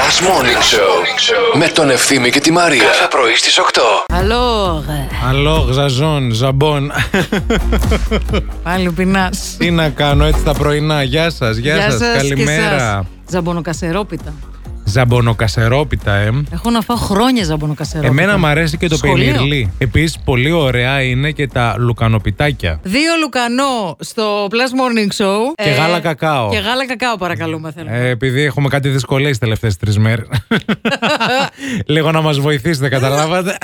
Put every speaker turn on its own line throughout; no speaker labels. Last Morning Show με τον Ευθύμη και τη Μαρία. Κάθε πρωί στις 8.
Alors,
Αλό, ζαζόν, ζαμπόν.
πάλι πεινάς.
Τι να κάνω έτσι τα πρωινά. Γεια σας, γεια, σας, Καλημέρα.
Ζαμπονοκασερόπιτα.
Ζαμπονοκασερόπιτα, ε.
Έχω να φάω χρόνια ζαμπονοκασερόπιτα.
Εμένα μου αρέσει και το
Σχολείο.
πενιρλί. Επίσης, πολύ ωραία είναι και τα λουκανοπιτάκια.
Δύο λουκανό στο Plus Morning Show. Ε,
Και γάλα κακάο.
Και γάλα κακάο, παρακαλούμε. Θέλω.
Ε, επειδή έχουμε κάτι δυσκολίες τις τελευταίες τρεις μέρες. Λίγο να μας βοηθήσετε, καταλάβατε.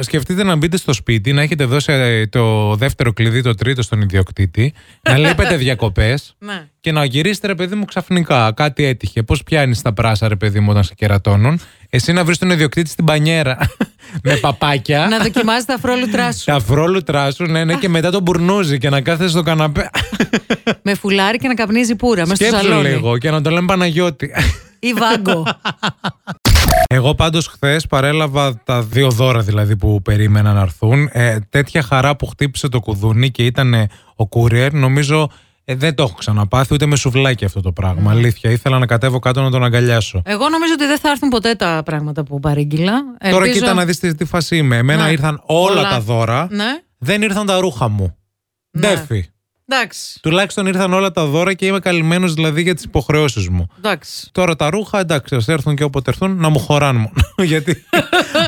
Σκεφτείτε να μπείτε στο σπίτι, να έχετε δώσει ε, το δεύτερο κλειδί, το τρίτο στον ιδιοκτήτη, να λείπετε διακοπές.
Ναι.
και να γυρίσετε, ρε παιδί μου, ξαφνικά. Κάτι έτυχε. Πώς πιάνεις τα πράσα, ρε παιδί μου, όταν σε κερατώνουν. Εσύ να βρεις τον ιδιοκτήτη στην πανιέρα με παπάκια.
να δοκιμάζει τα φρόλουτρά σου.
Τα φρόλουτρά σου, ναι, ναι, και μετά τον μπουρνούζει και να κάθεσαι στο καναπέ.
με φουλάρι και να καπνίζει πουρα μέσα στο
Σκέψου
σαλόνι.
λίγο και να το λέμε Παναγιώτη.
Ή βάγκο.
Εγώ πάντως χθες παρέλαβα τα δύο δώρα δηλαδή που περίμενα να έρθουν. Ε, τέτοια χαρά που χτύπησε το κουδούνι και ήταν ε, ο courier, νομίζω ε, δεν το έχω ξαναπάθει ούτε με σουβλάκι αυτό το πράγμα.
Ναι.
Αλήθεια, ήθελα να κατέβω κάτω να τον αγκαλιάσω.
Εγώ νομίζω ότι δεν θα έρθουν ποτέ τα πράγματα που παρήγγειλα.
Τώρα
Ελπίζω-
κοίτα να δεις τι, τι φάση είμαι. Εμένα
Ναι.
ήρθαν όλα,
Όλα.
τα δώρα,
Ναι,
δεν ήρθαν τα ρούχα μου.
Ναι.
Ντέφι.
εντάξει.
Τουλάχιστον ήρθαν όλα τα δώρα και είμαι καλυμμένος δηλαδή για τις υποχρεώσεις μου.
εντάξει.
Τώρα τα ρούχα, εντάξει, ας έρθουν και όποτε έρθουν να μου χωράνε μόνο. γιατί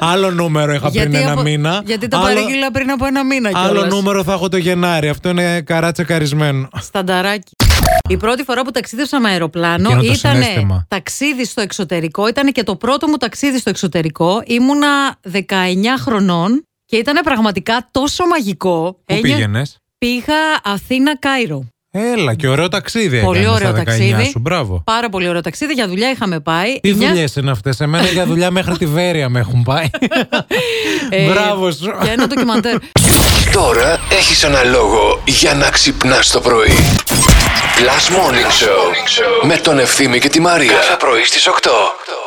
άλλο νούμερο είχα πριν ένα
από-
μήνα.
γιατί τα
άλλο-
παρήγγειλα πριν από ένα μήνα
Άλλο
κιόλας.
νούμερο θα έχω το Γενάρη. Αυτό είναι καράτσα καρισμένο.
Στανταράκι. Η πρώτη φορά που ταξίδευσα με αεροπλάνο
Εκείνο το
ήταν
συνέστημα.
ταξίδι στο εξωτερικό. Ήταν και το πρώτο μου ταξίδι στο εξωτερικό. Ήμουνα 19 χρονών και ήταν πραγματικά τόσο μαγικό.
Πού
Ένιω-
πήγαινες.
Πήγα Αθήνα-Κάιρο.
Έλα, και ωραίο ταξίδι.
Πολύ
έκανες
ωραίο
στα 19
ταξίδι.
Σου, μπράβο.
Πάρα πολύ ωραίο ταξίδι. Για δουλειά είχαμε πάει.
Τι
Μια-
δουλειές είναι αυτές. Εμένα για δουλειά μέχρι τη Βέρεια με έχουν πάει.
ε,
Μπράβο σου.
Για ένα ντοκιμαντέρ.
Τώρα έχεις ένα λόγο για να ξυπνάς το πρωί. Last Morning Show με τον Ευθύμη και τη Μαρία. Κάθε πρωί στις 8.